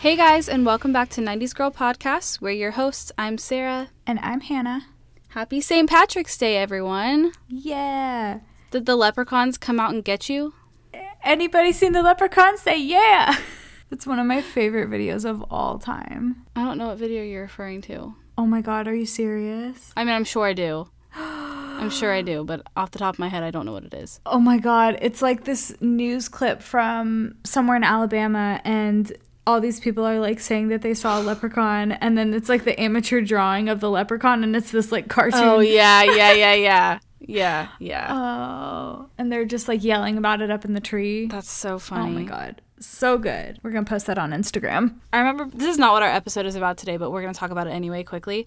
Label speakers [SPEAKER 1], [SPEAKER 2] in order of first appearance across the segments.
[SPEAKER 1] Hey guys, and welcome back to 90s Girl Podcast. We're your hosts. I'm Sarah.
[SPEAKER 2] And I'm Hannah.
[SPEAKER 1] Happy St. Patrick's Day, everyone.
[SPEAKER 2] Yeah.
[SPEAKER 1] Did the leprechauns come out and get you?
[SPEAKER 2] Anybody seen the leprechaun? Say yeah. That's one of my favorite videos of all time.
[SPEAKER 1] I don't know what video you're referring to.
[SPEAKER 2] Oh my god, are you serious?
[SPEAKER 1] I mean, I'm sure I do. I'm sure I do, but off the top of my head, I don't know what it is.
[SPEAKER 2] Oh my god, it's like this news clip from somewhere in Alabama and all these people are like saying that they saw a leprechaun and then it's like the amateur drawing of the leprechaun and it's this like cartoon.
[SPEAKER 1] Oh, yeah, yeah, yeah, yeah. Yeah, yeah.
[SPEAKER 2] Oh. And they're just like yelling about it up in the tree.
[SPEAKER 1] That's so
[SPEAKER 2] Oh
[SPEAKER 1] funny.
[SPEAKER 2] my god. So good. We're going to post that on Instagram.
[SPEAKER 1] I remember this is not what our episode is about today, but we're going to talk about it anyway quickly.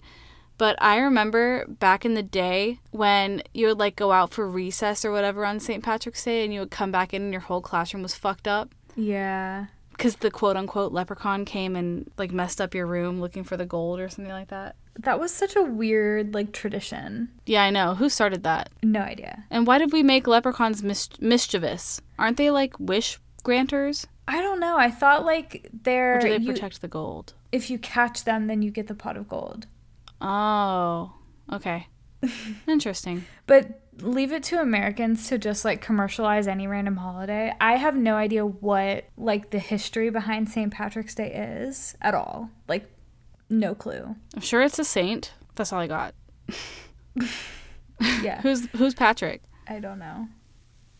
[SPEAKER 1] But I remember back in the day when you would like go out for recess or whatever on St. Patrick's Day and you would come back in and your whole classroom was fucked up
[SPEAKER 2] Yeah.
[SPEAKER 1] because the quote unquote leprechaun came and like messed up your room looking for the gold or something like that.
[SPEAKER 2] That was such a weird like tradition.
[SPEAKER 1] Yeah, I know. Who started that?
[SPEAKER 2] No idea.
[SPEAKER 1] And why did we make leprechauns mis- mischievous? Aren't they like wish granters?
[SPEAKER 2] I don't know. I thought like they're
[SPEAKER 1] Or do they
[SPEAKER 2] you-
[SPEAKER 1] protect the gold?
[SPEAKER 2] if you catch them then you get the pot of gold.
[SPEAKER 1] Oh, okay. Interesting.
[SPEAKER 2] But leave it to Americans to just like commercialize any random holiday. I have no idea what like the history behind St. Patrick's Day is at all. Like no clue.
[SPEAKER 1] I'm sure it's a saint. That's all I got.
[SPEAKER 2] Yeah.
[SPEAKER 1] Who's who's Patrick?
[SPEAKER 2] I don't know.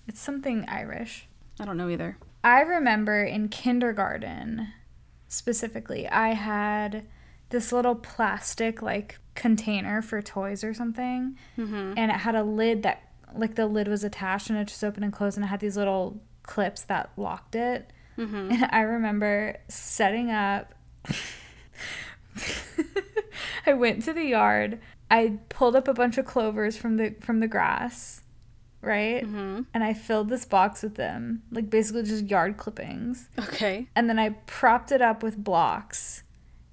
[SPEAKER 2] It's something Irish.
[SPEAKER 1] I don't know either.
[SPEAKER 2] I remember in kindergarten specifically, I had this little plastic like container for toys or something, and it had a lid that like the lid was attached and it just opened and closed, and it had these little clips that locked it. And I remember setting up. I went to the yard. I pulled up a bunch of clovers from the from the grass, right?
[SPEAKER 1] Mm-hmm.
[SPEAKER 2] and I filled this box with them, like basically just yard clippings.
[SPEAKER 1] Okay.
[SPEAKER 2] And then I propped it up with blocks.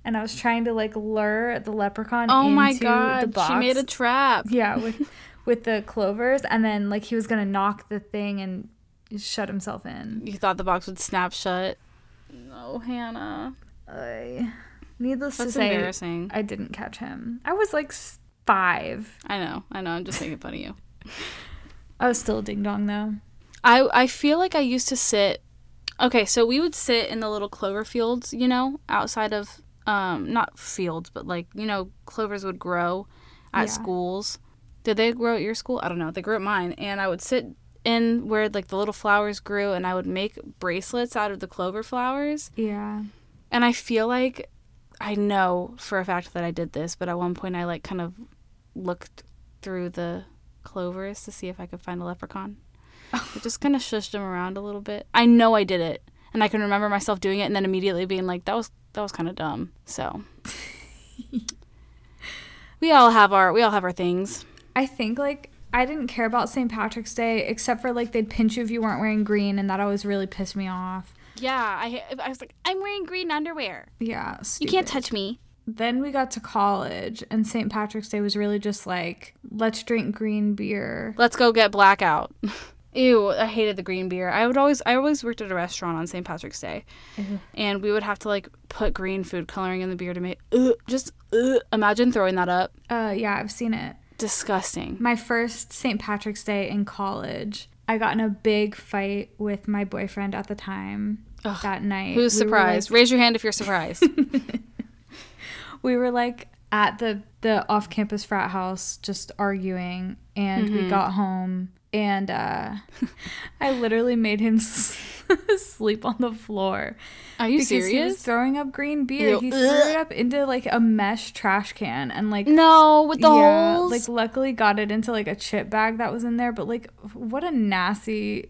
[SPEAKER 2] And I was trying to like lure the leprechaun
[SPEAKER 1] Oh
[SPEAKER 2] into
[SPEAKER 1] my
[SPEAKER 2] the
[SPEAKER 1] god,
[SPEAKER 2] box.
[SPEAKER 1] she made a trap.
[SPEAKER 2] yeah, with with the clovers and then like he was going to knock the thing and shut himself in.
[SPEAKER 1] You thought the box would snap shut. No, Hannah.
[SPEAKER 2] I, needless
[SPEAKER 1] That's
[SPEAKER 2] to say,
[SPEAKER 1] embarrassing.
[SPEAKER 2] I didn't catch him. I was like s- 5.
[SPEAKER 1] I know. I know. I'm just making fun of you.
[SPEAKER 2] I was still a ding dong though.
[SPEAKER 1] I I feel like I used to sit. Okay, so we would sit in the little clover fields, you know, outside of um not fields, but like you know, clovers would grow at
[SPEAKER 2] Yeah.
[SPEAKER 1] schools. Did they grow at your school? I don't know. They grew at mine, and I would sit in where like the little flowers grew, and I would make bracelets out of the clover flowers.
[SPEAKER 2] Yeah.
[SPEAKER 1] And I feel like I know for a fact that I did this, but at one point I like kind of looked through the clovers to see if I could find a leprechaun. I just kind of shushed them around a little bit. I know I did it, and I can remember myself doing it, and then immediately being like, "That was that was kind of dumb." So we all have our we all have our things.
[SPEAKER 2] I think like I didn't care about St. Patrick's Day except for like they'd pinch you if you weren't wearing green, and that always really pissed me off.
[SPEAKER 1] Yeah, I I was like, I'm wearing green underwear.
[SPEAKER 2] Yeah,
[SPEAKER 1] You can't touch me.
[SPEAKER 2] Then we got to college, and St. Patrick's Day was really just like let's drink green beer.
[SPEAKER 1] Let's go get blackout. Ew, I hated the green beer. I would always I always worked at a restaurant on St. Patrick's Day.
[SPEAKER 2] Mm-hmm.
[SPEAKER 1] And we would have to like put green food coloring in the beer to make ugh, just ugh, imagine throwing that up.
[SPEAKER 2] Uh, yeah, I've seen it.
[SPEAKER 1] Disgusting.
[SPEAKER 2] My first St. Patrick's Day in college, I got in a big fight with my boyfriend at the time. That night,
[SPEAKER 1] Who's
[SPEAKER 2] We were, like,
[SPEAKER 1] surprised? Raise your hand if you're surprised.
[SPEAKER 2] we were like at the the off campus frat house just arguing and
[SPEAKER 1] Mm-hmm.
[SPEAKER 2] we got home and uh i literally made him s- sleep on the floor
[SPEAKER 1] Are you
[SPEAKER 2] he was
[SPEAKER 1] serious?
[SPEAKER 2] throwing up green beer
[SPEAKER 1] Ew.
[SPEAKER 2] he threw it up into like a mesh trash can and like
[SPEAKER 1] No, with the
[SPEAKER 2] yeah,
[SPEAKER 1] holes.
[SPEAKER 2] like luckily got it into like a chip bag that was in there but like what a nasty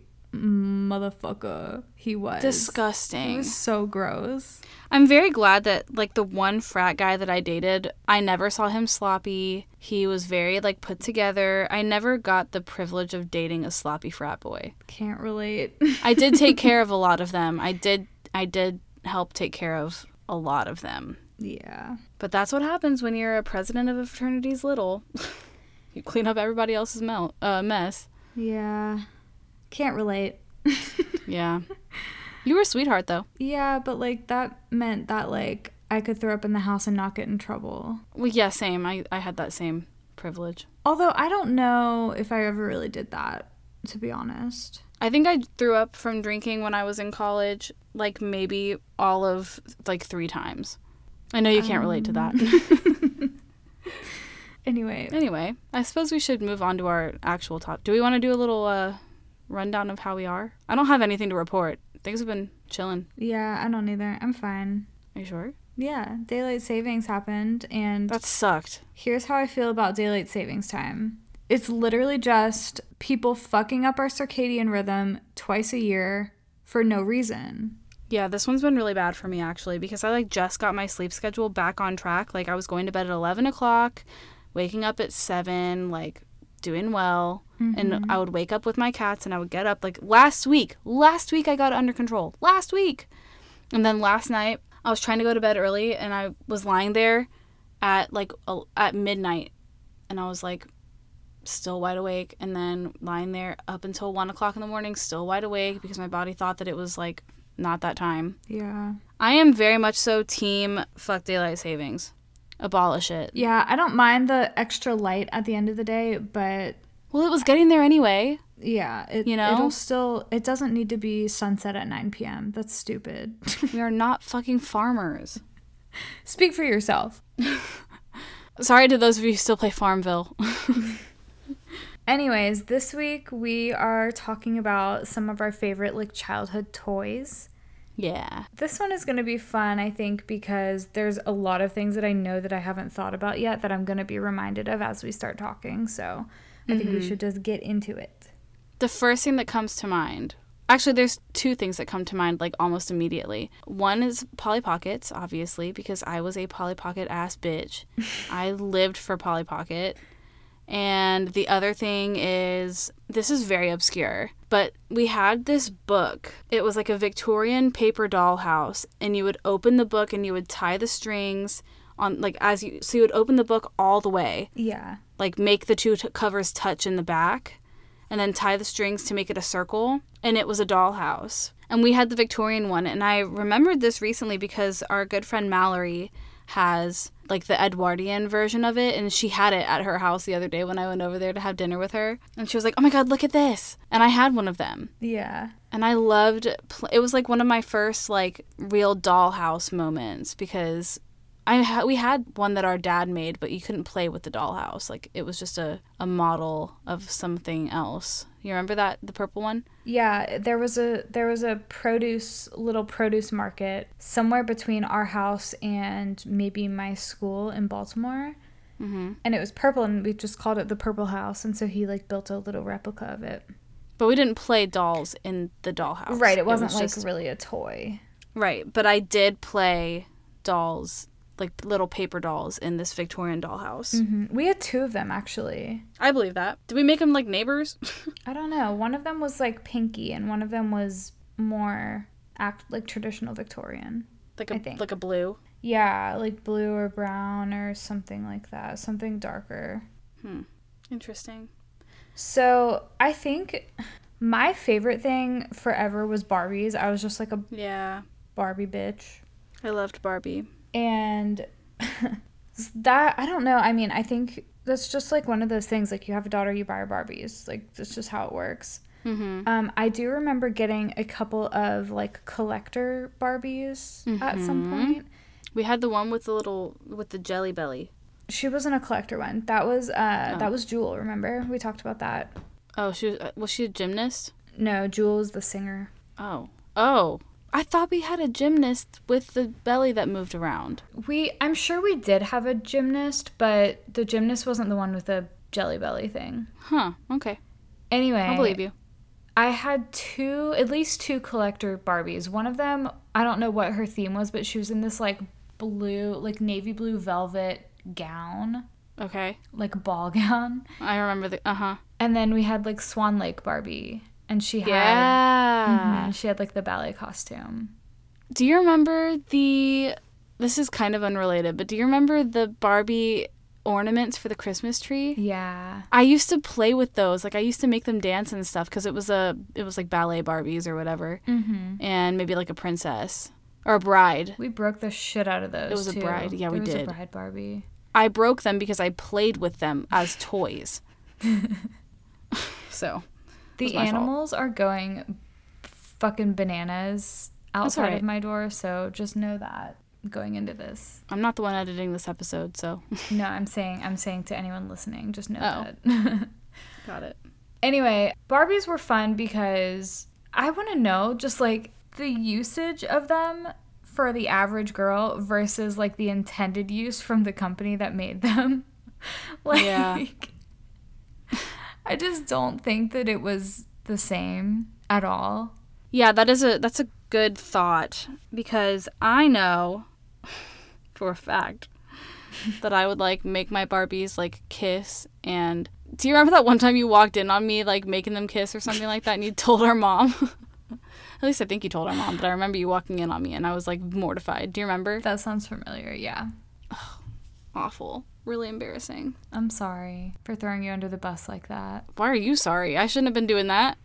[SPEAKER 2] motherfucker he was
[SPEAKER 1] Disgusting.
[SPEAKER 2] He was so gross
[SPEAKER 1] I'm very glad that like the one frat guy that I dated, I never saw him sloppy. He was very like put together. I never got the privilege of dating a sloppy frat boy.
[SPEAKER 2] can't relate
[SPEAKER 1] I did take care of a lot of them. I did I did help take care of a lot of them.
[SPEAKER 2] yeah
[SPEAKER 1] But that's what happens when you're a president of a fraternity's little. you clean up everybody else's mel- uh, mess.
[SPEAKER 2] Yeah. Can't relate.
[SPEAKER 1] Yeah. You were a sweetheart though.
[SPEAKER 2] Yeah, but like that meant that like I could throw up in the house and not get in trouble.
[SPEAKER 1] Well, yeah, same. I I had that same privilege.
[SPEAKER 2] Although I don't know if I ever really did that, to be honest.
[SPEAKER 1] I think I threw up from drinking when I was in college, like maybe all of like three times. I know you can't relate to that.
[SPEAKER 2] Anyway,
[SPEAKER 1] anyway, I suppose we should move on to our actual top. Do we want to do a little uh, rundown of how we are? I don't have anything to report. Things have been chilling.
[SPEAKER 2] yeah, I don't either. I'm fine.
[SPEAKER 1] Are you sure?
[SPEAKER 2] Yeah, daylight savings happened and
[SPEAKER 1] That sucked.
[SPEAKER 2] Here's how I feel about daylight savings time. It's literally just people fucking up our circadian rhythm twice a year for no reason.
[SPEAKER 1] Yeah, this one's been really bad for me actually because I like just got my sleep schedule back on track. Like I was going to bed at eleven o'clock, waking up at seven, like doing well. And I would wake up with my cats and I would get up like last week. Last week I got it under control. Last week. And then last night I was trying to go to bed early and I was lying there at like el- at midnight and I was like still wide awake and then lying there up until one o'clock in the morning still wide awake because my body thought that it was like not that time.
[SPEAKER 2] Yeah.
[SPEAKER 1] I am very much so team fuck daylight savings. Abolish it.
[SPEAKER 2] Yeah, I don't mind the extra light at the end of the day, but
[SPEAKER 1] Well, it was getting there anyway.
[SPEAKER 2] yeah, it,
[SPEAKER 1] You know?
[SPEAKER 2] it'll still, it doesn't need to be sunset at 9 p.m. That's stupid.
[SPEAKER 1] We are not fucking farmers.
[SPEAKER 2] Speak for yourself.
[SPEAKER 1] Sorry to those of you who still play Farmville.
[SPEAKER 2] Anyways, this week we are talking about some of our favorite like childhood toys.
[SPEAKER 1] yeah.
[SPEAKER 2] This one is going to be fun, I think, because there's a lot of things that I know that I haven't thought about yet that I'm going to be reminded of as we start talking. So I think we should just get into it.
[SPEAKER 1] The first thing that comes to mind. Actually, there's two things that come to mind like almost immediately. One is Polly Pockets, obviously, because I was a Polly Pocket ass bitch. I lived for Polly Pocket. And the other thing is, this is very obscure, but we had this book. It was like a Victorian paper dollhouse, and you would open the book and you would tie the strings on, like, as you, so you would open the book all the way,
[SPEAKER 2] Yeah.
[SPEAKER 1] like, make the two t- covers touch in the back, and then tie the strings to make it a circle. And it was a dollhouse. And we had the Victorian one, and I remembered this recently because our good friend Mallory has like the Edwardian version of it and she had it at her house the other day when I went over there to have dinner with her and she was like, "Oh my god, look at this." And I had one of them.
[SPEAKER 2] Yeah.
[SPEAKER 1] And I loved pl- it was like one of my first like real dollhouse moments because I ha- we had one that our dad made, but you couldn't play with the dollhouse. Like it was just a, a model of something else. You remember that the purple one?
[SPEAKER 2] Yeah, there was a there was a produce little produce market somewhere between our house and maybe my school in Baltimore. Mm-hmm. And it was purple, and we just called it the Purple House. And so he like built a little replica of it.
[SPEAKER 1] But we didn't play dolls in the dollhouse.
[SPEAKER 2] Right, it wasn't
[SPEAKER 1] was
[SPEAKER 2] like
[SPEAKER 1] just-
[SPEAKER 2] really a toy.
[SPEAKER 1] Right, but I did play dolls, like little paper dolls in this Victorian dollhouse.
[SPEAKER 2] Mhm. We had two of them actually.
[SPEAKER 1] I believe that. Did we make them like neighbors?
[SPEAKER 2] I don't know. One of them was like pinky, and one of them was more act like traditional Victorian.
[SPEAKER 1] like a
[SPEAKER 2] I think.
[SPEAKER 1] like a blue.
[SPEAKER 2] Yeah, like blue or brown or something like that, something darker.
[SPEAKER 1] Interesting.
[SPEAKER 2] So I think my favorite thing forever was Barbies. I was just like a
[SPEAKER 1] Yeah.
[SPEAKER 2] Barbie bitch,
[SPEAKER 1] I loved Barbie.
[SPEAKER 2] and that I don't know. I mean, I think that's just like one of those things. Like you have a daughter, you buy her Barbies. Like that's just how it works.
[SPEAKER 1] Mm-hmm.
[SPEAKER 2] Um, I do remember getting a couple of like collector Barbies at some point.
[SPEAKER 1] We had the one with the little with the jelly belly.
[SPEAKER 2] She wasn't a collector one. That was uh, that was Jewel. Remember we talked about that.
[SPEAKER 1] Oh, she was, uh, was she a gymnast?
[SPEAKER 2] No, Jewel is the singer.
[SPEAKER 1] Oh, oh. I thought we had a gymnast with the belly that moved around.
[SPEAKER 2] We I'm sure we did have a gymnast, but the gymnast wasn't the one with the jelly belly thing.
[SPEAKER 1] Huh. Okay.
[SPEAKER 2] Anyway,
[SPEAKER 1] I believe you.
[SPEAKER 2] I had two, at least two collector Barbies. One of them, I don't know what her theme was, but she was in this like blue, like navy blue velvet gown,
[SPEAKER 1] Okay.
[SPEAKER 2] like ball gown.
[SPEAKER 1] I remember the. Uh huh.
[SPEAKER 2] And then we had like Swan Lake Barbie, and she had
[SPEAKER 1] Yeah.
[SPEAKER 2] Mhm, she had like the ballet costume.
[SPEAKER 1] Do you remember the? This is kind of unrelated, but do you remember the Barbie ornaments for the Christmas tree.
[SPEAKER 2] Yeah.
[SPEAKER 1] I used to play with those. Like I used to make them dance and stuff because it was a it was like ballet Barbies or whatever,
[SPEAKER 2] Mm-hmm.
[SPEAKER 1] and maybe like a princess or a bride.
[SPEAKER 2] We broke the shit out of those.
[SPEAKER 1] was a
[SPEAKER 2] too.
[SPEAKER 1] bride. Yeah,
[SPEAKER 2] There
[SPEAKER 1] we
[SPEAKER 2] was
[SPEAKER 1] did.
[SPEAKER 2] A bride Barbie.
[SPEAKER 1] I broke them because I played with them as toys. so
[SPEAKER 2] The
[SPEAKER 1] was my fault.
[SPEAKER 2] animals are going fucking bananas outside
[SPEAKER 1] alright.
[SPEAKER 2] of my door, so just know that going into this.
[SPEAKER 1] I'm not the one editing this episode, so
[SPEAKER 2] No, I'm saying I'm saying to anyone listening, just know
[SPEAKER 1] Oh.
[SPEAKER 2] that.
[SPEAKER 1] got it.
[SPEAKER 2] anyway, Barbies were fun because I want to know just like the usage of them for the average girl versus like the intended use from the company that made them. like
[SPEAKER 1] Yeah.
[SPEAKER 2] I just don't think that it was the same at all.
[SPEAKER 1] Yeah, that is a that's a good thought because I know for a fact that I would like make my Barbies like kiss and do you remember that one time you walked in on me like making them kiss or something like that and you told our mom? At least I think you told our mom, but I remember you walking in on me and I was like mortified. Do you remember?
[SPEAKER 2] That sounds familiar. Yeah.
[SPEAKER 1] Awful. Really embarrassing.
[SPEAKER 2] I'm sorry for throwing you under the bus like that.
[SPEAKER 1] why are you sorry? I shouldn't have been doing that.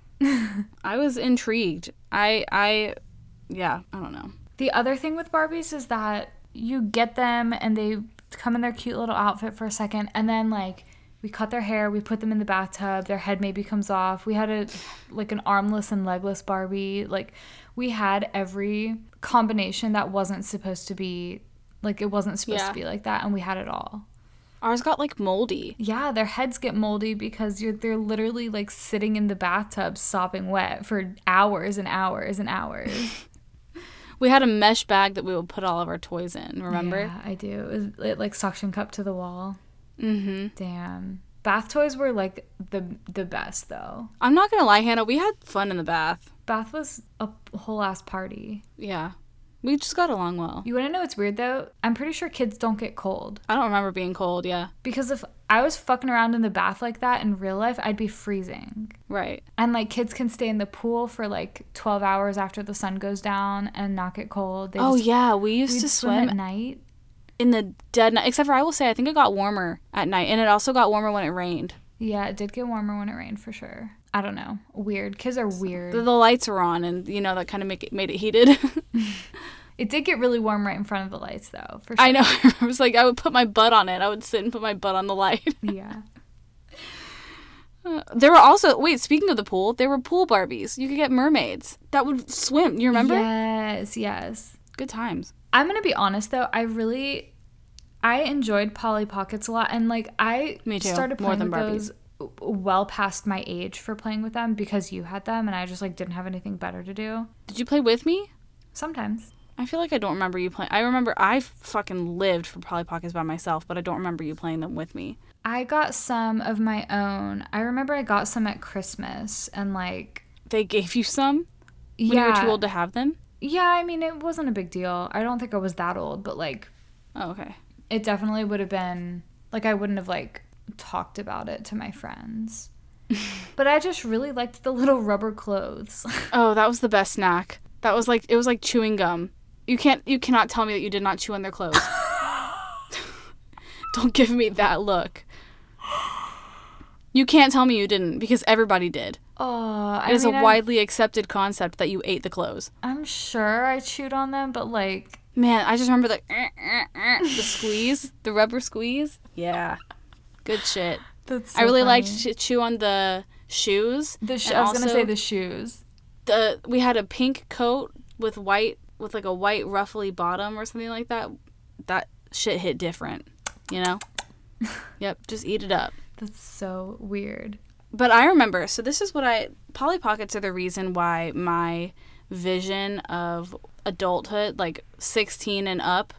[SPEAKER 1] I was intrigued. I I yeah, I don't know.
[SPEAKER 2] The other thing with Barbies is that you get them and they come in their cute little outfit for a second and then like we cut their hair, we put them in the bathtub, their head maybe comes off. We had a like an armless and legless Barbie. Like we had every combination that wasn't supposed to be like it wasn't supposed
[SPEAKER 1] Yeah.
[SPEAKER 2] to be like that and we had it all.
[SPEAKER 1] Ours got like moldy.
[SPEAKER 2] Yeah, their heads get moldy because you're they're literally like sitting in the bathtub sopping wet for hours and hours and hours.
[SPEAKER 1] We had a mesh bag that we would put all of our toys in, remember?
[SPEAKER 2] Yeah, I do. It, was- it like suction cup to the wall.
[SPEAKER 1] Mm-hmm.
[SPEAKER 2] Damn. Bath toys were like the the best though.
[SPEAKER 1] I'm not gonna lie, Hannah, we had fun in the bath.
[SPEAKER 2] Bath was a whole ass party.
[SPEAKER 1] Yeah. We just got along well.
[SPEAKER 2] You want to know what's weird though? I'm pretty sure kids don't get cold
[SPEAKER 1] I don't remember being cold, yeah.
[SPEAKER 2] because if I was fucking around in the bath like that in real life, I'd be freezing.
[SPEAKER 1] Right.
[SPEAKER 2] And like kids can stay in the pool for like 12 hours after the sun goes down and not get cold. They
[SPEAKER 1] Oh
[SPEAKER 2] just
[SPEAKER 1] yeah, we used
[SPEAKER 2] we'd
[SPEAKER 1] to swim
[SPEAKER 2] at night.
[SPEAKER 1] in the dead night except for I will say I think it got warmer at night and it also got warmer when it rained.
[SPEAKER 2] Yeah, it did get warmer when it rained for sure. I don't know. Weird. Kids are weird.
[SPEAKER 1] The, the lights were on and you know that kind of make it made it heated.
[SPEAKER 2] It did get really warm right in front of the lights though, for sure.
[SPEAKER 1] I know. I was like, I would put my butt on it. I would sit and put my butt on the light.
[SPEAKER 2] yeah.
[SPEAKER 1] There were also wait. Speaking of the pool, there were pool Barbies. You could get mermaids that would swim. You remember?
[SPEAKER 2] Yes, yes.
[SPEAKER 1] Good times.
[SPEAKER 2] I'm gonna be honest though, I really I enjoyed Polly Pockets a lot and like I
[SPEAKER 1] Me too,
[SPEAKER 2] started
[SPEAKER 1] more than
[SPEAKER 2] playing with those w- well past my age for playing with them because you had them and I just like didn't have anything better to do.
[SPEAKER 1] Did you play with me?
[SPEAKER 2] Sometimes.
[SPEAKER 1] I feel like I don't remember you playing. I remember I fucking lived for Polly Pockets by myself, but I don't remember you playing them with me.
[SPEAKER 2] I got some of my own. I remember I got some at Christmas and like
[SPEAKER 1] They gave you some when
[SPEAKER 2] yeah.
[SPEAKER 1] you were too old to have them.
[SPEAKER 2] Yeah, I mean it wasn't a big deal. I don't think I was that old, but like
[SPEAKER 1] Oh, okay.
[SPEAKER 2] it definitely would have been like I wouldn't have like talked about it to my friends. but I just really liked the little rubber clothes.
[SPEAKER 1] Oh, that was the best snack. That was like it was like chewing gum. You can't you cannot tell me that you did not chew on their clothes. Don't give me that look. You can't tell me you didn't because everybody did.
[SPEAKER 2] oh,
[SPEAKER 1] It
[SPEAKER 2] I
[SPEAKER 1] is
[SPEAKER 2] mean,
[SPEAKER 1] a
[SPEAKER 2] I'm-
[SPEAKER 1] widely accepted concept that you ate the clothes.
[SPEAKER 2] I'm, sure I chewed on them, but like
[SPEAKER 1] Man, I just remember the the squeeze, the rubber squeeze. Yeah. Good shit.
[SPEAKER 2] that's
[SPEAKER 1] I
[SPEAKER 2] so
[SPEAKER 1] really liked
[SPEAKER 2] funny.
[SPEAKER 1] to chew on the shoes.
[SPEAKER 2] the sh-
[SPEAKER 1] and
[SPEAKER 2] I was gonna
[SPEAKER 1] also-
[SPEAKER 2] say the shoes.
[SPEAKER 1] the we had a pink coat with white with like a white ruffly bottom or something like that. That shit hit different, you know. yep, just eat it up.
[SPEAKER 2] That's so weird.
[SPEAKER 1] But I remember. So this is what I Polly Pockets are the reason why my vision of adulthood, like 16 and up,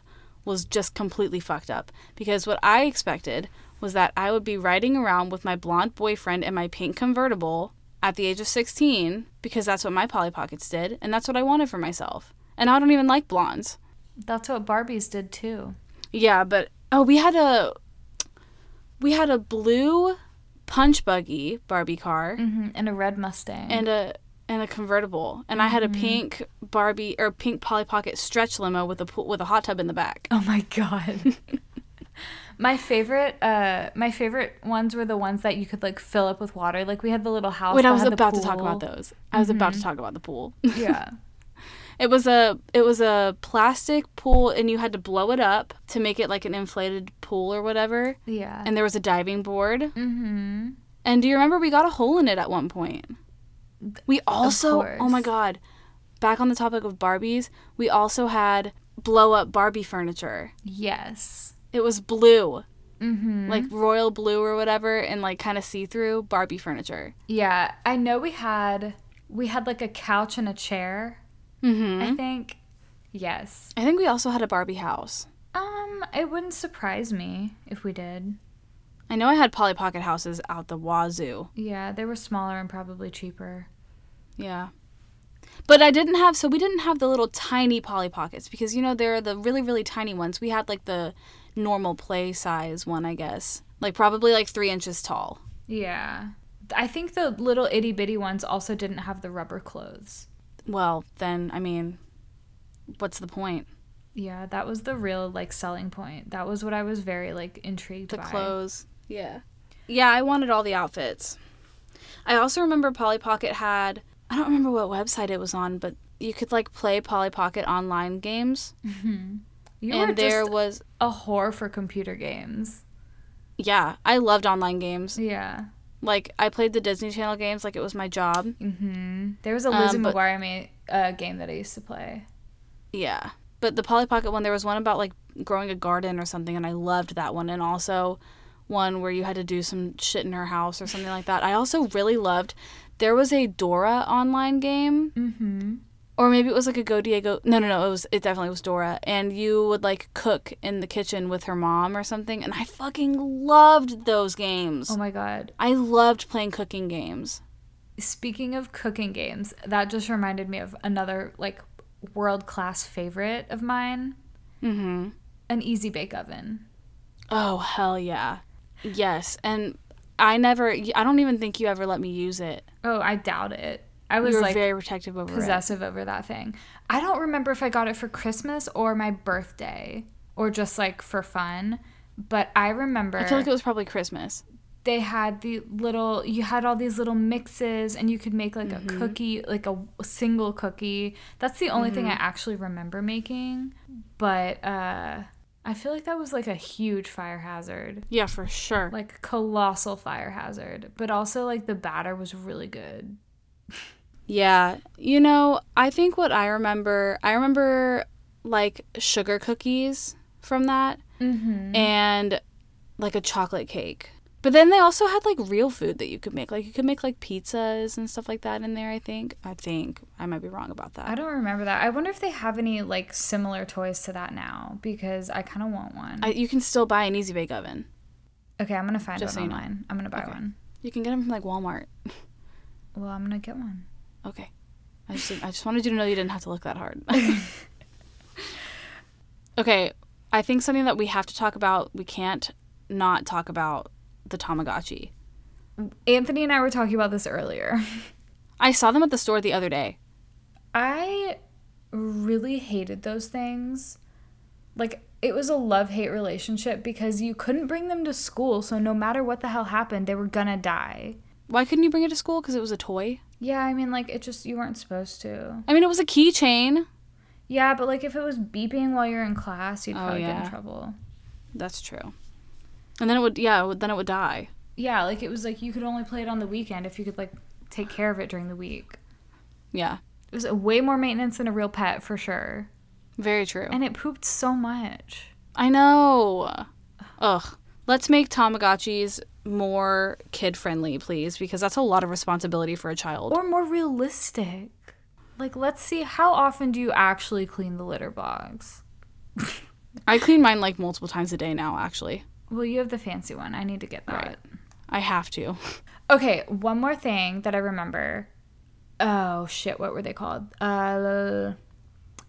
[SPEAKER 1] was just completely fucked up because what I expected was that I would be riding around with my blonde boyfriend in my pink convertible at the age of 16 because that's what my Polly Pockets did and that's what I wanted for myself. And I don't even like blondes.
[SPEAKER 2] That's what Barbies did too.
[SPEAKER 1] Yeah, but oh, we had a we had a blue punch buggy Barbie car
[SPEAKER 2] hmm And a red Mustang.
[SPEAKER 1] and a and a convertible, and I had a pink Barbie or Oh pink Polly Pocket stretch limo with a pool, with a hot tub in the back.
[SPEAKER 2] oh my god. My favorite, uh, my favorite ones were the ones that you could like fill up with water. Like we had the little house.
[SPEAKER 1] Wait, I
[SPEAKER 2] that
[SPEAKER 1] was
[SPEAKER 2] had the
[SPEAKER 1] about to talk about
[SPEAKER 2] pool.
[SPEAKER 1] those. I was about to talk about the pool.
[SPEAKER 2] Yeah,
[SPEAKER 1] It was a it was a plastic pool and you had to blow it up to make it like an inflated pool or whatever.
[SPEAKER 2] yeah.
[SPEAKER 1] And there was a diving board.
[SPEAKER 2] mm-hmm.
[SPEAKER 1] And do you remember we got a hole in it at one point? We also Oh my
[SPEAKER 2] course.
[SPEAKER 1] god. Back on the topic of Barbies, we also had blow up Barbie furniture.
[SPEAKER 2] Yes.
[SPEAKER 1] It was blue,
[SPEAKER 2] Mm-hmm.
[SPEAKER 1] like royal blue or whatever and like kind of see-through Barbie furniture.
[SPEAKER 2] Yeah, I know we had we had like a couch and a chair.
[SPEAKER 1] Mhm.
[SPEAKER 2] I think. Yes.
[SPEAKER 1] I think we also had a Barbie house.
[SPEAKER 2] Um, it wouldn't surprise me if we did.
[SPEAKER 1] I know I had Polly Pocket houses out the wazoo.
[SPEAKER 2] Yeah, they were smaller and probably cheaper.
[SPEAKER 1] Yeah. But I didn't have so we didn't have the little tiny Polly Pockets because you know there are the really really tiny ones. We had like the normal play size one, I guess, like probably like three inches tall.
[SPEAKER 2] Yeah. I think the little itty bitty ones also didn't have the rubber clothes.
[SPEAKER 1] Well, then I mean, what's the point?
[SPEAKER 2] Yeah, that was the real like selling point. That was what I was very like intrigued
[SPEAKER 1] The
[SPEAKER 2] by.
[SPEAKER 1] clothes. Yeah. Yeah, I wanted all the outfits. I also remember Polly Pocket had I don't remember what website it was on, but you could like play Polly Pocket online games,
[SPEAKER 2] Mm-hmm. You were
[SPEAKER 1] and there
[SPEAKER 2] just
[SPEAKER 1] was
[SPEAKER 2] a whore for computer games.
[SPEAKER 1] yeah, I loved online games.
[SPEAKER 2] Yeah.
[SPEAKER 1] Like I played the Disney Channel games like it was my job.
[SPEAKER 2] Mm-hmm. There was a Lizzie
[SPEAKER 1] Um, but-
[SPEAKER 2] McGuire ma- uh, game that I used to play.
[SPEAKER 1] Yeah. But the Polly Pocket one, there was one about like growing a garden or something, and I loved that one. And also one where you had to do some shit in her house or something like that. I also really loved. There was a Dora online game,
[SPEAKER 2] Mm-hmm.
[SPEAKER 1] or maybe it was like a Go Diego. No, no, no. It was. It definitely was Dora, and you would like cook in the kitchen with her mom or something. And I fucking loved those games.
[SPEAKER 2] Oh my god.
[SPEAKER 1] I loved playing cooking games.
[SPEAKER 2] Speaking of cooking games, that just reminded me of another like world class favorite of mine,
[SPEAKER 1] Mm-hmm.
[SPEAKER 2] an easy bake oven.
[SPEAKER 1] Oh hell yeah, yes. And I never. I don't even think you ever let me use it.
[SPEAKER 2] Oh, I doubt it. I
[SPEAKER 1] You
[SPEAKER 2] was
[SPEAKER 1] were
[SPEAKER 2] like
[SPEAKER 1] very protective over it.
[SPEAKER 2] possessive over that thing. I don't remember if I got it for Christmas or my birthday or just like for fun, but I remember
[SPEAKER 1] I feel like it was probably Christmas.
[SPEAKER 2] they had the little you had all these little mixes and you could make like a
[SPEAKER 1] Mm-hmm.
[SPEAKER 2] cookie like a single cookie that's the only thing i
[SPEAKER 1] Mm-hmm.
[SPEAKER 2] actually remember making but uh i feel like that was like a huge fire hazard
[SPEAKER 1] Yeah, for sure.
[SPEAKER 2] like colossal fire hazard but also like the batter was really good
[SPEAKER 1] Yeah, you know, I think what I remember, I remember like sugar cookies from that,
[SPEAKER 2] mm-hmm
[SPEAKER 1] and like a chocolate cake. But then they also had like real food that you could make. Like you could make like pizzas and stuff like that in there. I think. I think I might be wrong about
[SPEAKER 2] i
[SPEAKER 1] that.
[SPEAKER 2] don't remember that i wonder if they have any like similar toys to that now because i kind of want one
[SPEAKER 1] I, you can still buy an easy bake oven.
[SPEAKER 2] okay i'm gonna find
[SPEAKER 1] Just
[SPEAKER 2] one
[SPEAKER 1] so you know.
[SPEAKER 2] online i'm gonna buy
[SPEAKER 1] Okay.
[SPEAKER 2] one
[SPEAKER 1] You can get them from like Walmart.
[SPEAKER 2] well i'm gonna get one
[SPEAKER 1] Okay. I just, I just wanted you to know you didn't have to look that hard. okay. I think something that we have to talk about, we can't not talk about the Tamagotchi.
[SPEAKER 2] anthony and i were talking about this earlier
[SPEAKER 1] I saw them at the store the other day.
[SPEAKER 2] I really hated those things. Like it was a love-hate relationship because you couldn't bring them to school, so no matter what the hell happened, they were gonna die.
[SPEAKER 1] Why couldn't you bring it to school? Because it was a toy.
[SPEAKER 2] Yeah, I mean like it just you weren't supposed to.
[SPEAKER 1] I mean, it was a keychain.
[SPEAKER 2] Yeah, but like if it was beeping while you're in class, you'd
[SPEAKER 1] Oh,
[SPEAKER 2] probably get
[SPEAKER 1] yeah.
[SPEAKER 2] in trouble.
[SPEAKER 1] That's true. And then it would, yeah, it would, then it would die.
[SPEAKER 2] Yeah, like it was like you could only play it on the weekend if you could like take care of it during the week.
[SPEAKER 1] Yeah.
[SPEAKER 2] It was way more maintenance than a real pet for sure.
[SPEAKER 1] Very true.
[SPEAKER 2] And it pooped so much.
[SPEAKER 1] I know. Ugh. Let's make Tamagotchis more kid friendly, please, because that's a lot of responsibility for a child.
[SPEAKER 2] or more realistic. Like, let's see how often do you actually clean the litter box?
[SPEAKER 1] I clean mine like multiple times a day now, actually.
[SPEAKER 2] Well, you have the fancy one. I need to get that.
[SPEAKER 1] I have to.
[SPEAKER 2] Okay, one more thing that I remember. Oh shit, what were they called? Uh,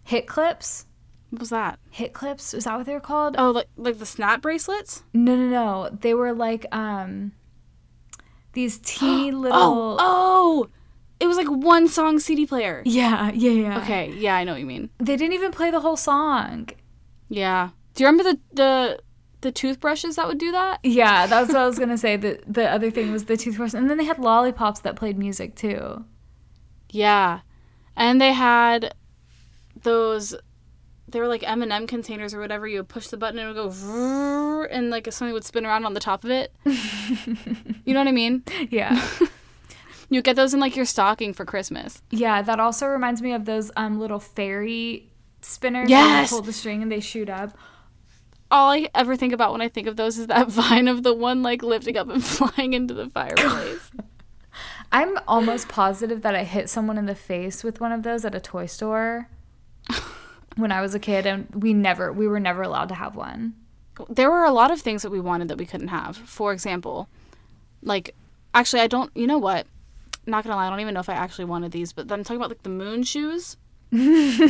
[SPEAKER 2] hit clips.
[SPEAKER 1] What was that?
[SPEAKER 2] Hit clips. Is that what they were called?
[SPEAKER 1] Oh, like like the snap bracelets?
[SPEAKER 2] No, no, no. They were like um these teeny little.
[SPEAKER 1] Oh, oh! It was like one song CD player.
[SPEAKER 2] Yeah, yeah, yeah. Okay.
[SPEAKER 1] Okay, yeah, I know what you mean.
[SPEAKER 2] They didn't even play the whole song.
[SPEAKER 1] Yeah. Do you remember the the the toothbrushes that would do that.
[SPEAKER 2] Yeah, that's what I was gonna say. The the other thing was the toothbrush, and then they had lollipops that played music too.
[SPEAKER 1] Yeah, and they had those. They were like M and M containers or whatever. You would push the button and it would go, vroom, and like something would spin around on the top of it. you know what I mean?
[SPEAKER 2] Yeah,
[SPEAKER 1] You get those in like your stocking for Christmas.
[SPEAKER 2] yeah. That also reminds me of those um little fairy spinners.
[SPEAKER 1] Yes!
[SPEAKER 2] When you pull the string and they shoot up.
[SPEAKER 1] All I ever think about when I think of those is that vine of the one like lifting up and flying into the fireplace.
[SPEAKER 2] I'm almost positive that I hit someone in the face with one of those at a toy store when I was a kid, and we never we were never allowed to have one.
[SPEAKER 1] there were a lot of things that we wanted that we couldn't have. For example, like actually I don't you know what? Not gonna lie, I don't even know if I actually wanted these, but I'm talking about like the moon shoes. you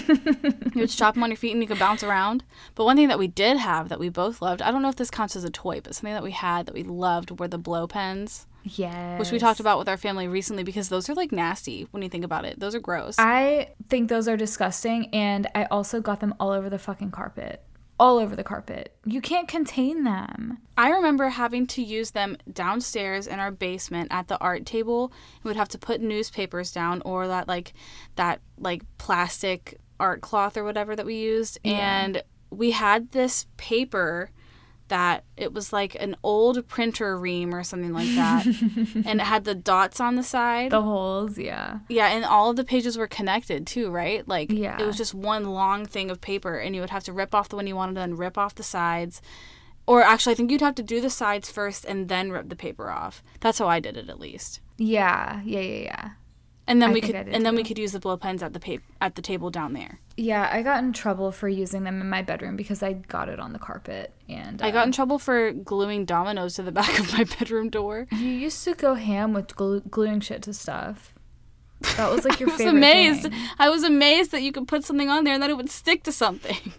[SPEAKER 1] would strap them on your feet and you could bounce around. But one thing that we did have that we both loved, I don't know if this counts as a toy, but something that we had that we loved were the blow pens,
[SPEAKER 2] Yes.
[SPEAKER 1] which we talked about with our family recently because those are like nasty when you think about it. Those are gross.
[SPEAKER 2] I think those are disgusting, and I also got them all over the fucking carpet. All over the carpet. You can't contain them.
[SPEAKER 1] I remember having to use them downstairs in our basement at the art table. We would have to put newspapers down or that like that like plastic art cloth or whatever that we used and we had this paper that it was like an old printer ream or something like that and it had the dots on the side.
[SPEAKER 2] The holes, yeah.
[SPEAKER 1] yeah, and all of the pages were connected too, right? Like
[SPEAKER 2] Yeah.
[SPEAKER 1] it was just one long thing of paper and you would have to rip off the one you wanted and then rip off the sides or actually, I think you'd have to do the sides first and then rip the paper off. That's how I did it, at least.
[SPEAKER 2] Yeah, yeah, yeah, yeah.
[SPEAKER 1] And then
[SPEAKER 2] I
[SPEAKER 1] we
[SPEAKER 2] think
[SPEAKER 1] could
[SPEAKER 2] I did
[SPEAKER 1] and then we could use the blow pens at the pa- at the table down there.
[SPEAKER 2] Yeah, I got in trouble for using them in my bedroom because I got it on the carpet. And
[SPEAKER 1] I
[SPEAKER 2] uh,
[SPEAKER 1] got in trouble for gluing dominoes to the back of my bedroom door.
[SPEAKER 2] You used to go ham with glu- gluing shit to stuff. That was like your
[SPEAKER 1] I was
[SPEAKER 2] favorite.
[SPEAKER 1] amazed.
[SPEAKER 2] thing.
[SPEAKER 1] I was amazed that you could put something on there and that it would stick to something.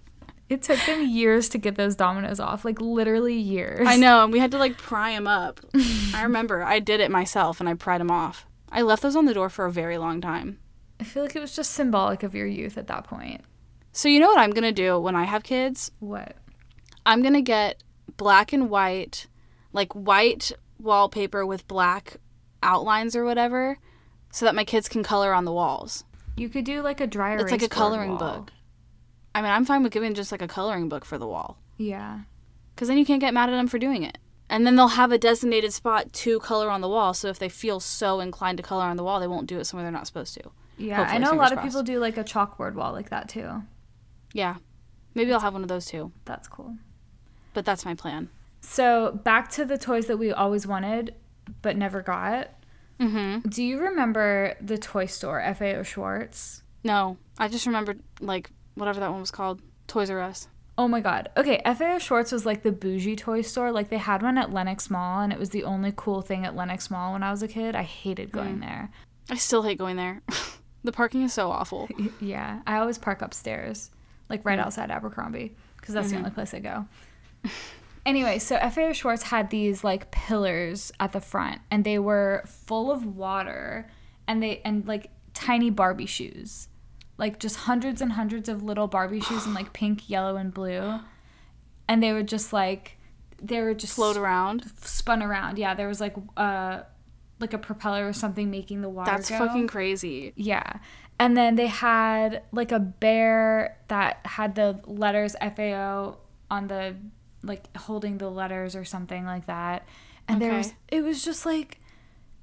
[SPEAKER 2] It took them years to get those dominoes off, like literally years.
[SPEAKER 1] I know, and we had to like pry them up. I remember I did it myself and I pried them off. I left those on the door for a very long time.
[SPEAKER 2] I feel like it was just symbolic of your youth at that point.
[SPEAKER 1] So you know what I'm gonna do when I have kids?
[SPEAKER 2] What?
[SPEAKER 1] I'm gonna get black and white, like white wallpaper with black outlines or whatever, so that my kids can color on the walls.
[SPEAKER 2] You could do like a dry erase.
[SPEAKER 1] It's like a
[SPEAKER 2] board
[SPEAKER 1] coloring
[SPEAKER 2] wall.
[SPEAKER 1] book. I mean, I'm fine with giving just like a coloring book for the wall,
[SPEAKER 2] Yeah.
[SPEAKER 1] because then you can't get mad at them for doing it. And then they'll have a designated spot to color on the wall, so if they feel so inclined to color on the wall, they won't do it somewhere they're not supposed to.
[SPEAKER 2] Yeah,
[SPEAKER 1] Hopefully,
[SPEAKER 2] I know a
[SPEAKER 1] fingers
[SPEAKER 2] lot of
[SPEAKER 1] crossed.
[SPEAKER 2] people do like a chalkboard wall like that too.
[SPEAKER 1] Yeah. Maybe I'll have one of those too,
[SPEAKER 2] That's cool.
[SPEAKER 1] but that's my plan.
[SPEAKER 2] So, back to the toys that we always wanted but never got.
[SPEAKER 1] Mm hmm.
[SPEAKER 2] Do you remember the toy store, FAO Schwartz?
[SPEAKER 1] No, I just remembered, like, whatever that one was called Toys R Us.
[SPEAKER 2] Oh my god. Okay, FAO Schwartz was like the bougie toy store. Like they had one at Lenox Mall and it was the only cool thing at Lenox Mall when I was a kid. I hated going there.
[SPEAKER 1] I still hate going there. the parking is so awful.
[SPEAKER 2] Yeah, I always park upstairs, like
[SPEAKER 1] Mm-hmm.
[SPEAKER 2] right outside Abercrombie, because that's the only place I go. anyway, so FAO Schwartz had these like pillars at the front, and they were full of water, and they and like tiny Barbie shoes, like just hundreds and hundreds of little Barbie shoes in like pink, yellow, and blue, and they were just like they were just
[SPEAKER 1] Float around.
[SPEAKER 2] spun around. Yeah, there was like uh like a propeller or something making the water.
[SPEAKER 1] That's
[SPEAKER 2] go.
[SPEAKER 1] fucking crazy.
[SPEAKER 2] Yeah. And then they had like a bear that had the letters FAO on the like holding the letters or something like that. And there was
[SPEAKER 1] Okay.
[SPEAKER 2] it was just like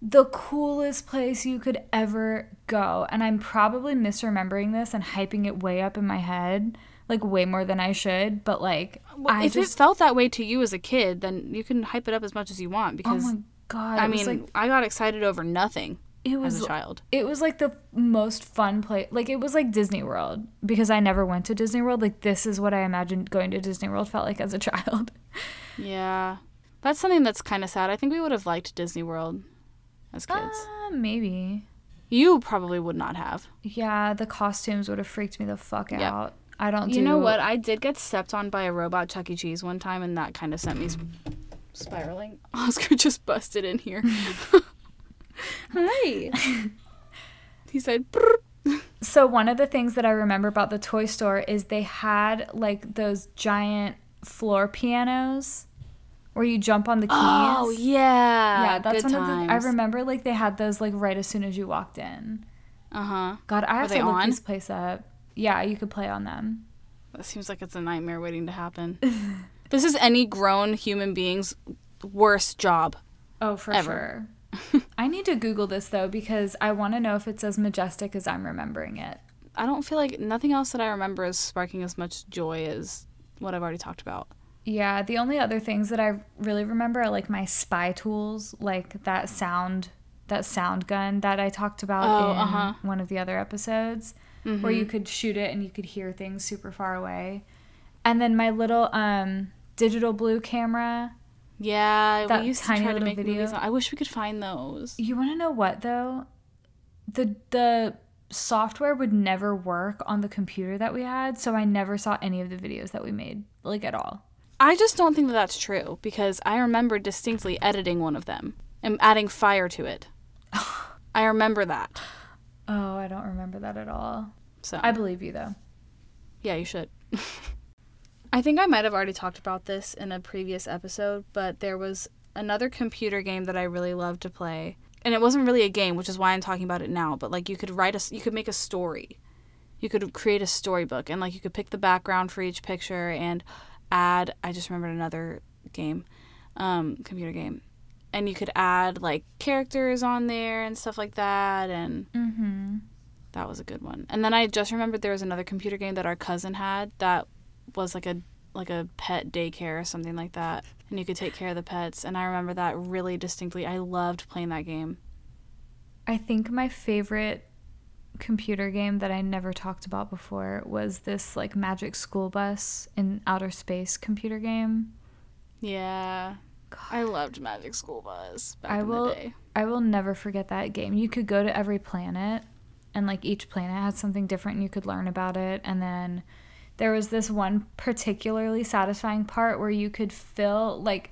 [SPEAKER 2] the coolest place you could ever go. And I'm probably misremembering this and hyping it way up in my head, like way more than I should, but like I
[SPEAKER 1] if
[SPEAKER 2] just
[SPEAKER 1] it felt that way to you as a kid, then you can hype it up as much as you want
[SPEAKER 2] Oh
[SPEAKER 1] because
[SPEAKER 2] my god.
[SPEAKER 1] I
[SPEAKER 2] it
[SPEAKER 1] mean,
[SPEAKER 2] was like
[SPEAKER 1] I got excited over nothing
[SPEAKER 2] it was
[SPEAKER 1] as a child.
[SPEAKER 2] it was like the most fun place. Like it was like Disney World because I never went to Disney World. Like this is what I imagined going to Disney World felt like as a child.
[SPEAKER 1] Yeah. That's something that's kind of sad. I think we would have liked Disney World as kids.
[SPEAKER 2] Uh, maybe.
[SPEAKER 1] you probably would not have.
[SPEAKER 2] Yeah, the costumes would have freaked me the fuck
[SPEAKER 1] Yep.
[SPEAKER 2] out. I don't.
[SPEAKER 1] You
[SPEAKER 2] do,
[SPEAKER 1] know what? I did get stepped on by a robot Chuck E. Cheese one time, and that kind of sent me sp- spiraling. Oscar just busted in here. Hi. he said, "Brr."
[SPEAKER 2] So one of the things that I remember about the toy store is they had like those giant floor pianos where you jump on the keys.
[SPEAKER 1] Oh yeah.
[SPEAKER 2] yeah, that's
[SPEAKER 1] Good
[SPEAKER 2] one of the. I
[SPEAKER 1] times.
[SPEAKER 2] remember like they had those like right as soon as you walked in.
[SPEAKER 1] uh-huh.
[SPEAKER 2] God, I have
[SPEAKER 1] they
[SPEAKER 2] to look
[SPEAKER 1] on?
[SPEAKER 2] this place up. Yeah, you could play on them.
[SPEAKER 1] That seems like it's a nightmare waiting to happen. this is any grown human being's worst job.
[SPEAKER 2] Oh, for
[SPEAKER 1] Ever.
[SPEAKER 2] sure. I need to Google this though because I want to know if it's as majestic as I'm remembering it.
[SPEAKER 1] I don't feel like nothing else that I remember is sparking as much joy as what I've already talked about.
[SPEAKER 2] Yeah, the only other things that I really remember are like my spy tools, like that sound that sound gun that I talked about
[SPEAKER 1] Oh,
[SPEAKER 2] in
[SPEAKER 1] uh-huh. Mm-hmm.
[SPEAKER 2] one of the other episodes where you could shoot it and you could hear things super far away. And then my little um digital blue camera.
[SPEAKER 1] Yeah,
[SPEAKER 2] That
[SPEAKER 1] we used to
[SPEAKER 2] tiny
[SPEAKER 1] try to
[SPEAKER 2] little
[SPEAKER 1] make
[SPEAKER 2] video.
[SPEAKER 1] movies. on- I wish we could find those.
[SPEAKER 2] You want to know what though? The the software would never work on the computer that we had, so I never saw any of the videos that we made like at all.
[SPEAKER 1] I just don't think that that's true because I remember distinctly editing one of them and adding fire to it. I remember that.
[SPEAKER 2] Oh, I don't remember that at all.
[SPEAKER 1] So
[SPEAKER 2] I believe you though.
[SPEAKER 1] Yeah, you should. I think I might have already talked about this in a previous episode, but there was another computer game that I really loved to play. And it wasn't really a game, which is why I'm talking about it now, but like you could write a s- you could make a story. You could create a storybook and like you could pick the background for each picture and add I just remembered another game, um computer game. And you could add like characters on there and stuff like that and
[SPEAKER 2] Mhm.
[SPEAKER 1] that was a good one. And then I just remembered there was another computer game that our cousin had that was like a like a pet daycare or something like that. And you could take care of the pets. And I remember that really distinctly. I loved playing that game.
[SPEAKER 2] I think my favorite computer game that I never talked about before was this like Magic School Bus in outer space computer game.
[SPEAKER 1] Yeah. I loved Magic School Bus back
[SPEAKER 2] I
[SPEAKER 1] in
[SPEAKER 2] will
[SPEAKER 1] the day.
[SPEAKER 2] I will never forget that game. You could go to every planet and like each planet had something different and you could learn about it and then there was this one particularly satisfying part where you could fill like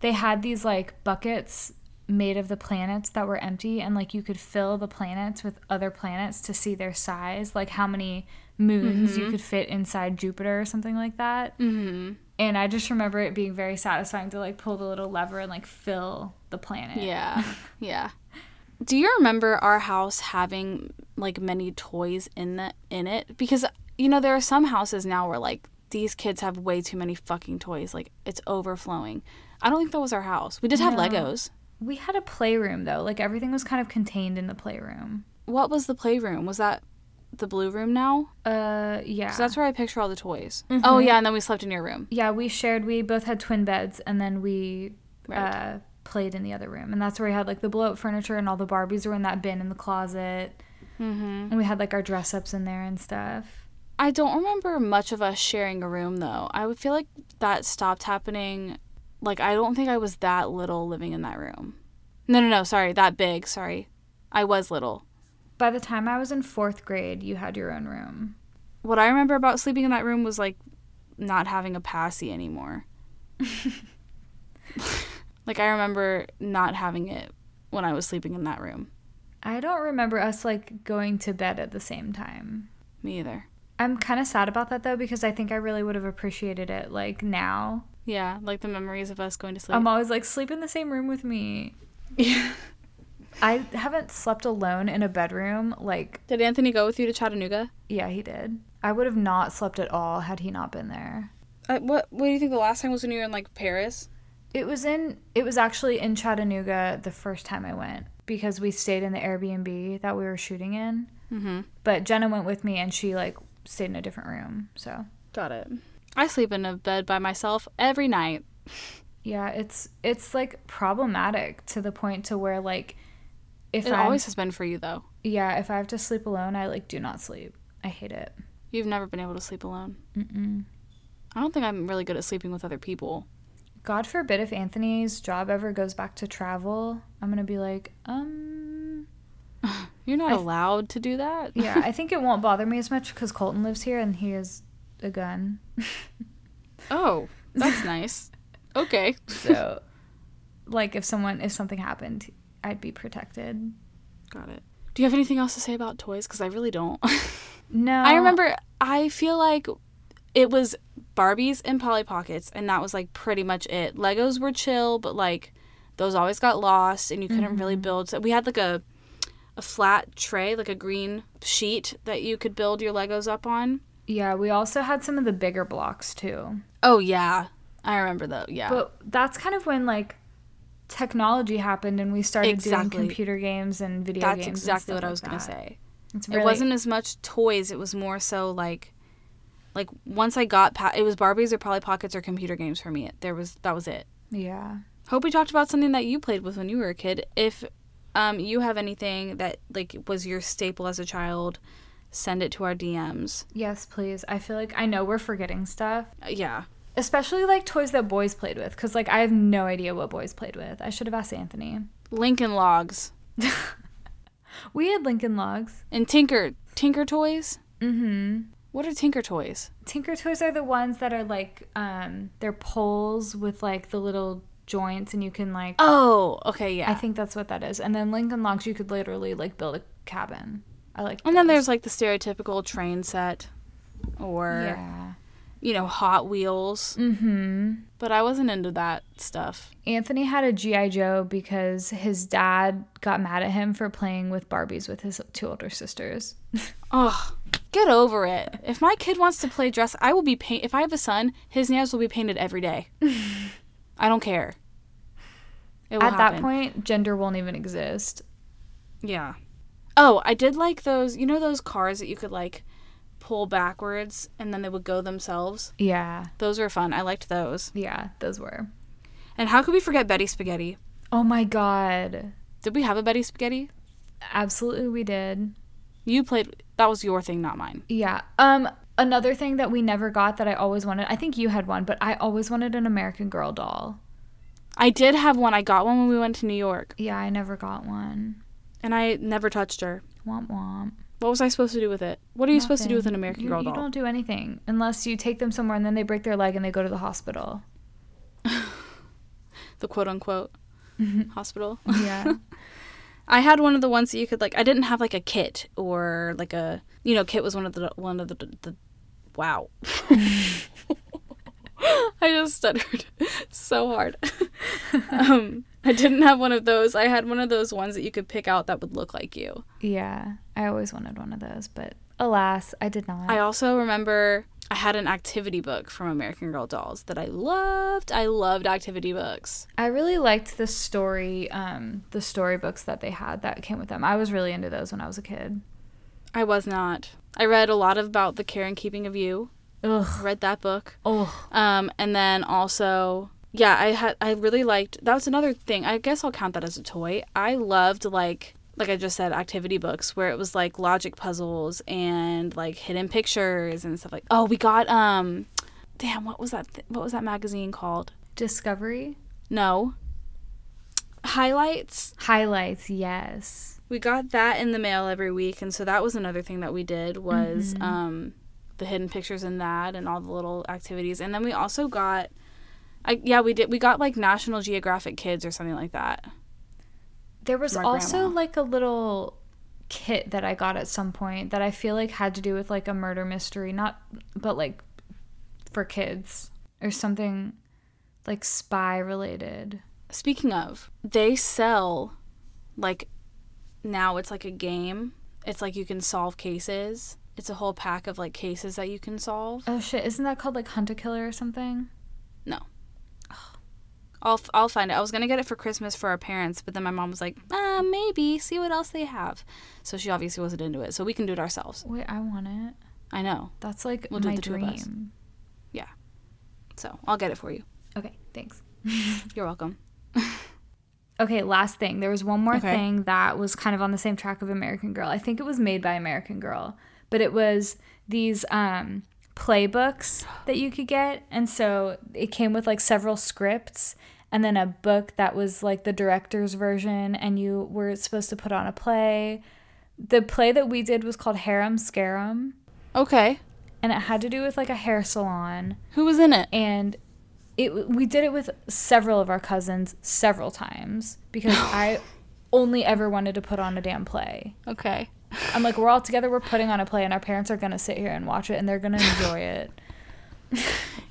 [SPEAKER 2] they had these like buckets made of the planets that were empty and like you could fill the planets with other planets to see their size like how many moons you could fit inside jupiter or something like that mm-hmm. and i just remember it being very satisfying to like pull the little lever and like fill the planet
[SPEAKER 1] Yeah. yeah. Do you remember our house having like many toys in the in it? Because you know there are some houses now where like these kids have way too many fucking toys. Like it's overflowing. I don't think that was our house. We did have Legos.
[SPEAKER 2] we had a playroom though like everything was kind of contained in the playroom
[SPEAKER 1] What was the playroom? Was that the blue room now?
[SPEAKER 2] uh yeah
[SPEAKER 1] 'Cause that's where I picture all the toys. Oh yeah, and then we slept in your room.
[SPEAKER 2] yeah we shared we both had twin beds and then we
[SPEAKER 1] Right.
[SPEAKER 2] uh played in the other room and that's where we had like the blow up furniture and all the barbies were in that bin in the closet mm-hmm. and we had like our dress ups in there and stuff
[SPEAKER 1] I don't remember much of us sharing a room though. I would feel like that stopped happening. Like I don't think I was that little living in that room. No, no, no. Sorry, that big. Sorry, I was little.
[SPEAKER 2] by the time i was in fourth grade you had your own room
[SPEAKER 1] What I remember about sleeping in that room was like not having a passy anymore. like I remember not having it when I was sleeping in that room.
[SPEAKER 2] i don't remember us like going to bed at the same time
[SPEAKER 1] Me either.
[SPEAKER 2] i'm kind of sad about that though because i think i really would have appreciated it like now
[SPEAKER 1] Yeah, like the memories of us going to sleep.
[SPEAKER 2] i'm always like sleep in the same room with me i haven't slept alone in a bedroom like
[SPEAKER 1] Did Anthony go with you to Chattanooga?
[SPEAKER 2] Yeah, he did. I would have not slept at all had he not been there.
[SPEAKER 1] Uh, what What do you think the last time was when you were in like Paris?
[SPEAKER 2] It was in it was actually in Chattanooga the first time I went because we stayed in the Airbnb that we were shooting in.
[SPEAKER 1] Mm-hmm.
[SPEAKER 2] But Jenna went with me and she like stayed in a different room. So,
[SPEAKER 1] Got it. I sleep in a bed by myself every night.
[SPEAKER 2] yeah, it's it's like problematic to the point to where like if
[SPEAKER 1] It
[SPEAKER 2] I
[SPEAKER 1] always
[SPEAKER 2] always
[SPEAKER 1] has been for you though.
[SPEAKER 2] yeah, if I have to sleep alone, I like do not sleep. I hate it.
[SPEAKER 1] You've never been able to sleep alone.
[SPEAKER 2] Mm-mm.
[SPEAKER 1] I don't think I'm really good at sleeping with other people.
[SPEAKER 2] God forbid if Anthony's job ever goes back to travel, I'm going to be like, um
[SPEAKER 1] You're not
[SPEAKER 2] I-
[SPEAKER 1] allowed to do that.
[SPEAKER 2] yeah, I think it won't bother me as much because Colton lives here and he has a gun.
[SPEAKER 1] oh, that's nice. Okay.
[SPEAKER 2] So, like, if someone, if something happened, I'd be protected.
[SPEAKER 1] Got it. Do you have anything else to say about
[SPEAKER 2] Oh.
[SPEAKER 1] toys? Because I really don't.
[SPEAKER 2] No.
[SPEAKER 1] I remember. I feel like it was Barbies and Polly Pockets, and that was like pretty much it. Legos were chill, but like those always got lost, and you couldn't really
[SPEAKER 2] Mm-hmm.
[SPEAKER 1] build. So we had like a a flat tray, like a green sheet that you could build your Legos up on.
[SPEAKER 2] Yeah, we also had some of the bigger blocks too.
[SPEAKER 1] Oh yeah, I remember though. Yeah,
[SPEAKER 2] But that's kind of when like technology happened and we started
[SPEAKER 1] Exactly.
[SPEAKER 2] doing computer games and video
[SPEAKER 1] that's
[SPEAKER 2] games. and
[SPEAKER 1] exactly
[SPEAKER 2] stuff
[SPEAKER 1] what I
[SPEAKER 2] like
[SPEAKER 1] was gonna
[SPEAKER 2] that.
[SPEAKER 1] say.
[SPEAKER 2] It's
[SPEAKER 1] it
[SPEAKER 2] really-
[SPEAKER 1] wasn't as much toys it was more so like like once i got pa- it was barbies or polly pockets or computer games for me there was that was it
[SPEAKER 2] Yeah.
[SPEAKER 1] hope we talked about something that you played with when you were a kid if um, you have anything that like was your staple as a child send it to our dms
[SPEAKER 2] Yes, please. I feel like I know we're forgetting stuff,
[SPEAKER 1] Uh, yeah
[SPEAKER 2] especially like toys that boys played with, because like I have no idea what boys played with. I should have asked Anthony.
[SPEAKER 1] lincoln logs
[SPEAKER 2] We had Lincoln Logs.
[SPEAKER 1] and tinker tinker toys
[SPEAKER 2] Mm-hmm.
[SPEAKER 1] what are tinker toys
[SPEAKER 2] Tinker Toys are the ones that are like um, they're poles with like the little joints, and you can like.
[SPEAKER 1] oh okay
[SPEAKER 2] I
[SPEAKER 1] yeah
[SPEAKER 2] think that's what that is. And then Lincoln Logs, you could literally like build a cabin. I like.
[SPEAKER 1] and then
[SPEAKER 2] those.
[SPEAKER 1] there's like the stereotypical train set or
[SPEAKER 2] yeah.
[SPEAKER 1] you know hot wheels
[SPEAKER 2] Mm-hmm.
[SPEAKER 1] But I wasn't into that stuff.
[SPEAKER 2] Anthony had a GI Joe because his dad got mad at him for playing with Barbies with his two older sisters.
[SPEAKER 1] Ugh, get over it. If my kid wants to play dress, I will be paint. If I have a son, his nails will be painted every day. I don't care. It will
[SPEAKER 2] At
[SPEAKER 1] happen.
[SPEAKER 2] that point, gender won't even exist.
[SPEAKER 1] yeah. Oh, I did like those. You know those cars that you could like pull backwards and then they would go themselves.
[SPEAKER 2] Yeah,
[SPEAKER 1] Those were fun. I liked those.
[SPEAKER 2] yeah, those were.
[SPEAKER 1] And how could we forget Betty Spaghetti?
[SPEAKER 2] Oh my god.
[SPEAKER 1] Did we have a Betty Spaghetti?
[SPEAKER 2] Absolutely we did.
[SPEAKER 1] You played. That was your thing, not mine.
[SPEAKER 2] Yeah. Um another thing that we never got that I always wanted. I think you had one, but I always wanted an American Girl doll.
[SPEAKER 1] I did have one. I got one when we went to New York,
[SPEAKER 2] Yeah, I never got one.
[SPEAKER 1] and I never touched her.
[SPEAKER 2] Womp womp.
[SPEAKER 1] What was I supposed to do with it? What are you supposed to do with an
[SPEAKER 2] Nothing.
[SPEAKER 1] American
[SPEAKER 2] You-
[SPEAKER 1] Girl
[SPEAKER 2] You
[SPEAKER 1] doll?
[SPEAKER 2] don't do anything unless you take them somewhere and then they break their leg and they go to the hospital.
[SPEAKER 1] The quote unquote hospital.
[SPEAKER 2] Yeah.
[SPEAKER 1] I had one of the ones that you could like. I didn't have like a kit or like a you know kit was one of the one of the the wow. I just stuttered so hard. um, I didn't have one of those. I had one of those ones that you could pick out that would look like you.
[SPEAKER 2] Yeah, I always wanted one of those, but alas, I did not.
[SPEAKER 1] I also remember I had an activity book from American Girl dolls that I loved. I loved activity books.
[SPEAKER 2] I really liked the story, um, the storybooks that they had that came with them. I was really into those when I was a kid.
[SPEAKER 1] I was not. I read a lot about the care and keeping of you.
[SPEAKER 2] Ugh.
[SPEAKER 1] I read that book.
[SPEAKER 2] Oh.
[SPEAKER 1] Um, and then also, yeah, I had I really liked. That was another thing. I guess I'll count that as a toy. I loved like like I just said, activity books where it was like logic puzzles and like hidden pictures and stuff like. Oh, we got um, damn, what was that? Th- what was that magazine called?
[SPEAKER 2] Discovery
[SPEAKER 1] No. Highlights.
[SPEAKER 2] highlights. Yes.
[SPEAKER 1] we got that in the mail every week and so that was another thing that we did was um, the hidden pictures in that and all the little activities and then we also got I, yeah we did we got like national geographic kids or something like that
[SPEAKER 2] There was
[SPEAKER 1] My
[SPEAKER 2] also
[SPEAKER 1] grandma.
[SPEAKER 2] like a little kit that I got at some point that I feel like had to do with like a murder mystery, not but like for kids or something like spy related.
[SPEAKER 1] speaking of they sell like now it's like a game it's like you can solve cases it's a whole pack of like cases that you can solve
[SPEAKER 2] Oh shit! Isn't that called like Hunt a Killer or something?
[SPEAKER 1] I'll, f- I'll find it. I was going to get it for Christmas for our parents, but then my mom was like, uh, maybe, see what else they have. So she obviously wasn't into it. So we can do it ourselves.
[SPEAKER 2] Wait, I want it.
[SPEAKER 1] I know.
[SPEAKER 2] That's like
[SPEAKER 1] We'll do
[SPEAKER 2] my
[SPEAKER 1] the two of us.
[SPEAKER 2] dream.
[SPEAKER 1] So I'll get it for you.
[SPEAKER 2] Okay, thanks.
[SPEAKER 1] You're welcome.
[SPEAKER 2] Okay, last thing. There was one more
[SPEAKER 1] Okay.
[SPEAKER 2] thing that was kind of on the same track of American Girl. I think it was made by American Girl, but it was these um playbooks that you could get. And so it came with like several scripts and then a book that was like the director's version and you were supposed to put on a play. The play that we did was called Harem Scarum
[SPEAKER 1] Okay.
[SPEAKER 2] and it had to do with like a hair salon.
[SPEAKER 1] Who was in it?
[SPEAKER 2] and it we did it with several of our cousins several times because I only ever wanted to put on a damn play.
[SPEAKER 1] Okay.
[SPEAKER 2] I'm like, we're all together, we're putting on a play, and our parents are gonna sit here and watch it, and they're gonna enjoy it.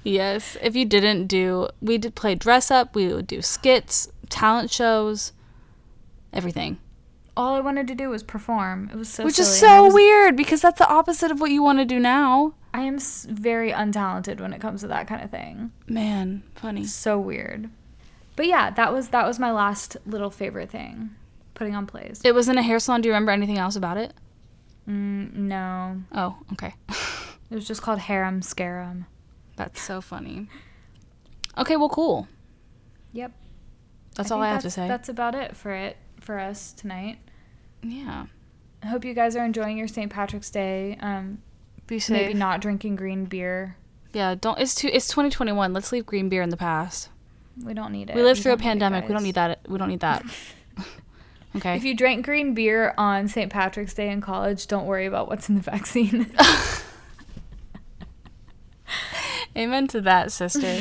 [SPEAKER 1] yes. If you didn't do, we did play dress up. We would do skits, talent shows, everything.
[SPEAKER 2] All I wanted to do was perform. It was so
[SPEAKER 1] Which is
[SPEAKER 2] silly, and I
[SPEAKER 1] so
[SPEAKER 2] was-
[SPEAKER 1] weird because that's the opposite of what you want to do now.
[SPEAKER 2] I am s- very untalented when it comes to that kind of thing.
[SPEAKER 1] Man, funny.
[SPEAKER 2] So weird. But yeah, that was that was my last little favorite thing, putting on plays.
[SPEAKER 1] It was in a hair salon. Do you remember anything else about it?
[SPEAKER 2] Mm, no,
[SPEAKER 1] Oh, okay.
[SPEAKER 2] it was just called Harem Scarum.
[SPEAKER 1] That's so funny. Okay, well, cool.
[SPEAKER 2] Yep.
[SPEAKER 1] That's all
[SPEAKER 2] think
[SPEAKER 1] I have to
[SPEAKER 2] that's-
[SPEAKER 1] say.
[SPEAKER 2] That's about it for it for us tonight.
[SPEAKER 1] yeah.
[SPEAKER 2] I hope you guys are enjoying your St. Patrick's Day. Um,
[SPEAKER 1] Be safe.
[SPEAKER 2] maybe not drinking green beer.
[SPEAKER 1] Yeah, don't. It's too. It's 2021. Let's leave green beer in the past.
[SPEAKER 2] We don't need it.
[SPEAKER 1] We lived
[SPEAKER 2] You
[SPEAKER 1] through a
[SPEAKER 2] don't need it,
[SPEAKER 1] pandemic. We don't
[SPEAKER 2] guys.
[SPEAKER 1] need that. We don't need that. okay.
[SPEAKER 2] If you drank green beer on St. Patrick's Day in college, don't worry about what's in the vaccine.
[SPEAKER 1] Amen to that, sister.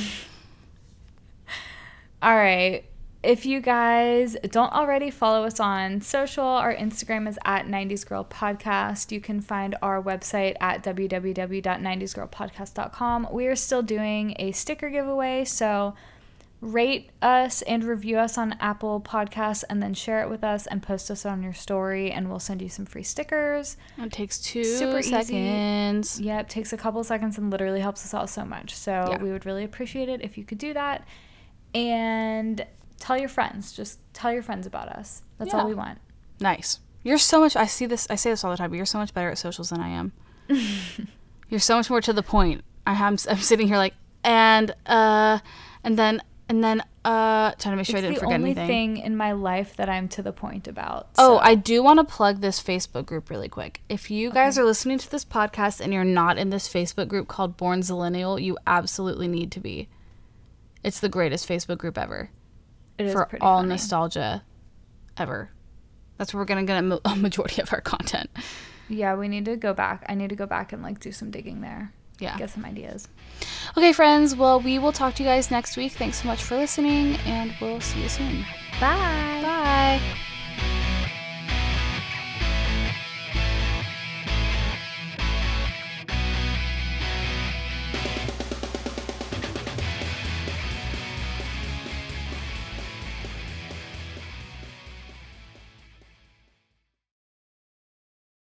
[SPEAKER 2] All right. If you guys don't already follow us on social, our Instagram is at 90s Girl Podcast. You can find our website at www.90sgirlpodcast.com. We are still doing a sticker giveaway, so rate us and review us on Apple Podcasts and then share it with us and post us on your story, and we'll send you some free stickers.
[SPEAKER 1] it takes two
[SPEAKER 2] Super easy.
[SPEAKER 1] seconds.
[SPEAKER 2] Yep, takes a couple seconds and literally helps us out so much. So
[SPEAKER 1] Yeah.
[SPEAKER 2] we would really appreciate it if you could do that. And tell your friends. Just tell your friends about us. That's
[SPEAKER 1] Yeah.
[SPEAKER 2] all we want.
[SPEAKER 1] Nice. You're so much. I see this. I say this all the time. But you're so much better at socials than I am. you're so much more to the point. I am. I'm sitting here like and uh, and then and then uh, trying to make sure I
[SPEAKER 2] it's
[SPEAKER 1] didn't
[SPEAKER 2] the
[SPEAKER 1] forget
[SPEAKER 2] only
[SPEAKER 1] anything.
[SPEAKER 2] thing in my life that I'm to the point about.
[SPEAKER 1] Oh,
[SPEAKER 2] so-
[SPEAKER 1] I do want to plug this Facebook group really quick. If you guys are listening to this podcast and you're not in this Facebook group called Born Zillennial, you absolutely need to be. It's the greatest Facebook group ever
[SPEAKER 2] it is
[SPEAKER 1] for
[SPEAKER 2] pretty
[SPEAKER 1] all
[SPEAKER 2] funny.
[SPEAKER 1] nostalgia ever. That's where we're going to get a ma- a majority of our content.
[SPEAKER 2] Yeah, we need to go back. I need to go back and like do some digging there.
[SPEAKER 1] Yeah.
[SPEAKER 2] Get some ideas.
[SPEAKER 1] Okay, friends. Well, we will talk to you guys next week. Thanks so much for listening, and we'll see you soon.
[SPEAKER 2] Bye.
[SPEAKER 1] Bye.